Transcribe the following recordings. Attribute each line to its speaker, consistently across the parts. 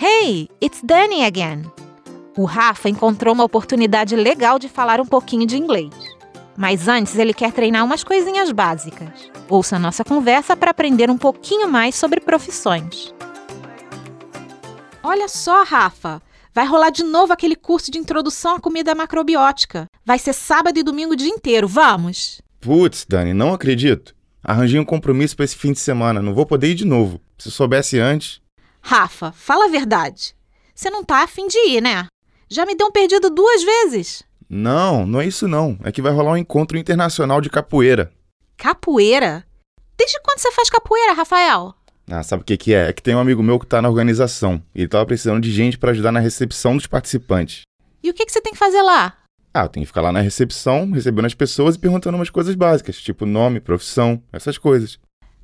Speaker 1: Hey, it's Danny again. O Rafa encontrou uma oportunidade legal de falar um pouquinho de inglês. Mas antes ele quer treinar umas coisinhas básicas. Ouça nossa conversa para aprender um pouquinho mais sobre profissões.
Speaker 2: Olha só, Rafa! Vai rolar de novo aquele curso de introdução à comida macrobiótica. Vai ser sábado e domingo o dia inteiro, vamos!
Speaker 3: Putz, Dani, não acredito. Arranjei um compromisso para esse fim de semana, não vou poder ir de novo. Se soubesse antes.
Speaker 2: Rafa, fala a verdade. Você não tá afim de ir, né? Já me deu um perdido duas vezes.
Speaker 3: Não, não é isso não. É que vai rolar um encontro internacional de capoeira.
Speaker 2: Capoeira? Desde quando você faz capoeira, Rafael?
Speaker 3: Ah, sabe o que que é? É que tem um amigo meu que tá na organização. Ele tava precisando de gente para ajudar na recepção dos participantes.
Speaker 2: E o que, que você tem que fazer lá?
Speaker 3: Ah, eu tenho que ficar lá na recepção, recebendo as pessoas e perguntando umas coisas básicas, tipo nome, profissão, essas coisas.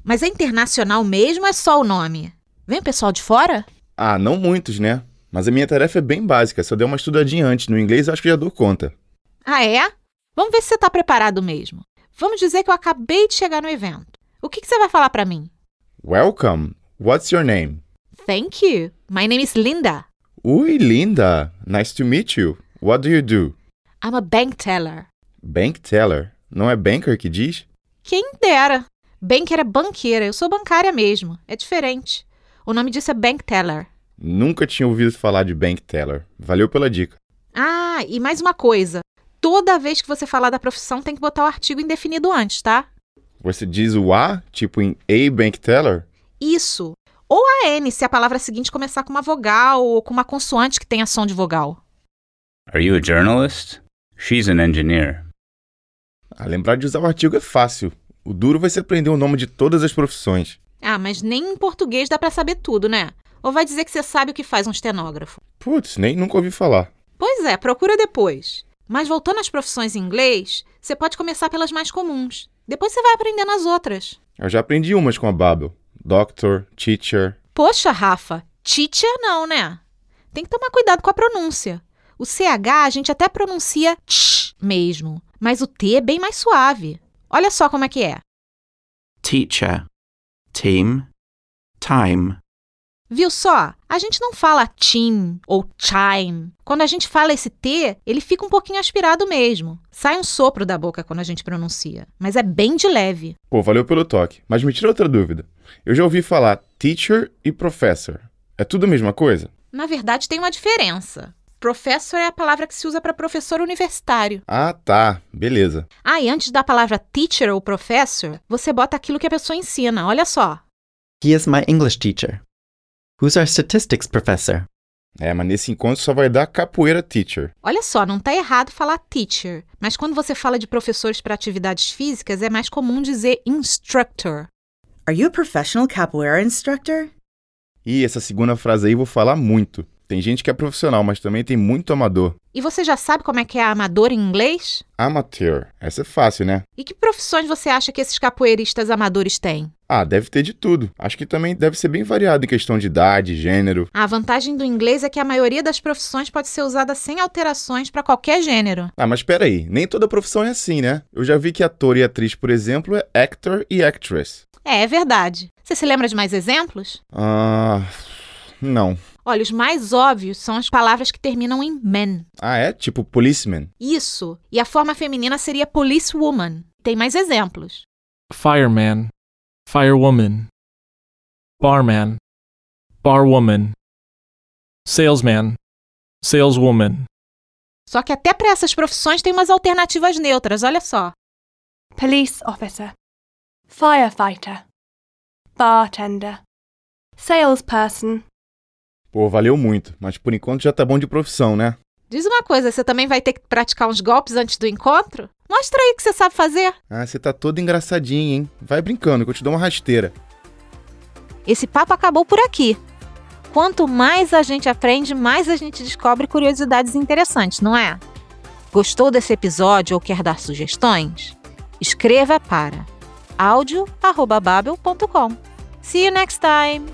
Speaker 2: Mas é internacional mesmo ou é só o nome? Vem o pessoal de fora?
Speaker 3: Ah, não muitos, né? Mas a minha tarefa é bem básica, se eu der uma estudadinha antes no inglês, acho que já dou conta.
Speaker 2: Ah, é? Vamos ver se você tá preparado mesmo. Vamos dizer que eu acabei de chegar no evento. O que, que você vai falar para mim?
Speaker 3: Welcome. What's your name?
Speaker 2: Thank you. My name is Linda.
Speaker 3: Ui, linda. Nice to meet you. What do you do?
Speaker 2: I'm a bank teller.
Speaker 3: Bank teller. Não é banker que diz?
Speaker 2: Quem dera. Banker é banqueira. Eu sou bancária mesmo. É diferente. O nome disso é bank teller.
Speaker 3: Nunca tinha ouvido falar de bank teller. Valeu pela dica.
Speaker 2: Ah, e mais uma coisa. Toda vez que você falar da profissão, tem que botar o artigo indefinido antes, tá?
Speaker 3: Você diz o A, tipo em A bank teller?
Speaker 2: Isso. Ou a N, se a palavra seguinte começar com uma vogal ou com uma consoante que tenha som de vogal.
Speaker 4: Are you a journalist? She's an engineer.
Speaker 3: Ah, lembrar de usar o artigo é fácil. O duro vai ser aprender o nome de todas as profissões.
Speaker 2: Ah, mas nem em português dá pra saber tudo, né? Ou vai dizer que você sabe o que faz um estenógrafo?
Speaker 3: Putz, nem nunca ouvi falar.
Speaker 2: Pois é, procura depois. Mas voltando às profissões em inglês, você pode começar pelas mais comuns. Depois você vai aprendendo as outras.
Speaker 3: Eu já aprendi umas com a Babel. Doctor, teacher.
Speaker 2: Poxa, Rafa, teacher não, né? Tem que tomar cuidado com a pronúncia. O CH a gente até pronuncia tch mesmo, mas o T é bem mais suave. Olha só como é que é.
Speaker 5: teacher, team, time,
Speaker 2: Viu só? A gente não fala team ou chime. Quando a gente fala esse T, ele fica um pouquinho aspirado mesmo. Sai um sopro da boca quando a gente pronuncia, mas é bem de leve.
Speaker 3: Pô, valeu pelo toque. Mas me tira outra dúvida. Eu já ouvi falar teacher e professor. É tudo a mesma coisa?
Speaker 2: Na verdade, tem uma diferença. Professor é a palavra que se usa para professor universitário.
Speaker 3: Ah, tá. Beleza.
Speaker 2: Ah, e antes da palavra teacher ou professor, você bota aquilo que a pessoa ensina. Olha só.
Speaker 5: He is my English teacher. Who's our statistics professor?
Speaker 3: É, mas nesse encontro só vai dar capoeira teacher.
Speaker 2: Olha só, não tá errado falar teacher, mas quando você fala de professores para atividades físicas, é mais comum dizer instructor.
Speaker 6: Are you a professional capoeira instructor?
Speaker 3: E essa segunda frase aí eu vou falar muito. Tem gente que é profissional, mas também tem muito amador.
Speaker 2: E você já sabe como é que é amador em inglês?
Speaker 3: Amateur. Essa é fácil, né?
Speaker 2: E que profissões você acha que esses capoeiristas amadores têm?
Speaker 3: Ah, deve ter de tudo. Acho que também deve ser bem variado em questão de idade, gênero.
Speaker 2: A vantagem do inglês é que a maioria das profissões pode ser usada sem alterações para qualquer gênero.
Speaker 3: Ah, mas peraí, nem toda profissão é assim, né? Eu já vi que ator e atriz, por exemplo, é actor e actress.
Speaker 2: É, é verdade. Você se lembra de mais exemplos?
Speaker 3: Ah. Não.
Speaker 2: Olha, os mais óbvios são as palavras que terminam em man.
Speaker 3: Ah, é? Tipo policeman.
Speaker 2: Isso. E a forma feminina seria policewoman. Tem mais exemplos.
Speaker 7: fireman, firewoman, barman, barwoman, salesman, saleswoman,
Speaker 2: Só que até para essas profissões tem umas alternativas neutras, olha só.
Speaker 8: police officer, firefighter, bartender, salesperson,
Speaker 3: Pô, valeu muito, mas por enquanto já tá bom de profissão, né?
Speaker 2: Diz uma coisa, você também vai ter que praticar uns golpes antes do encontro? Mostra aí o que você sabe fazer.
Speaker 3: Ah, você tá todo engraçadinho, hein? Vai brincando que eu te dou uma rasteira.
Speaker 1: Esse papo acabou por aqui. Quanto mais a gente aprende, mais a gente descobre curiosidades interessantes, não é? Gostou desse episódio ou quer dar sugestões? Escreva para audio@babel.com. See you next time.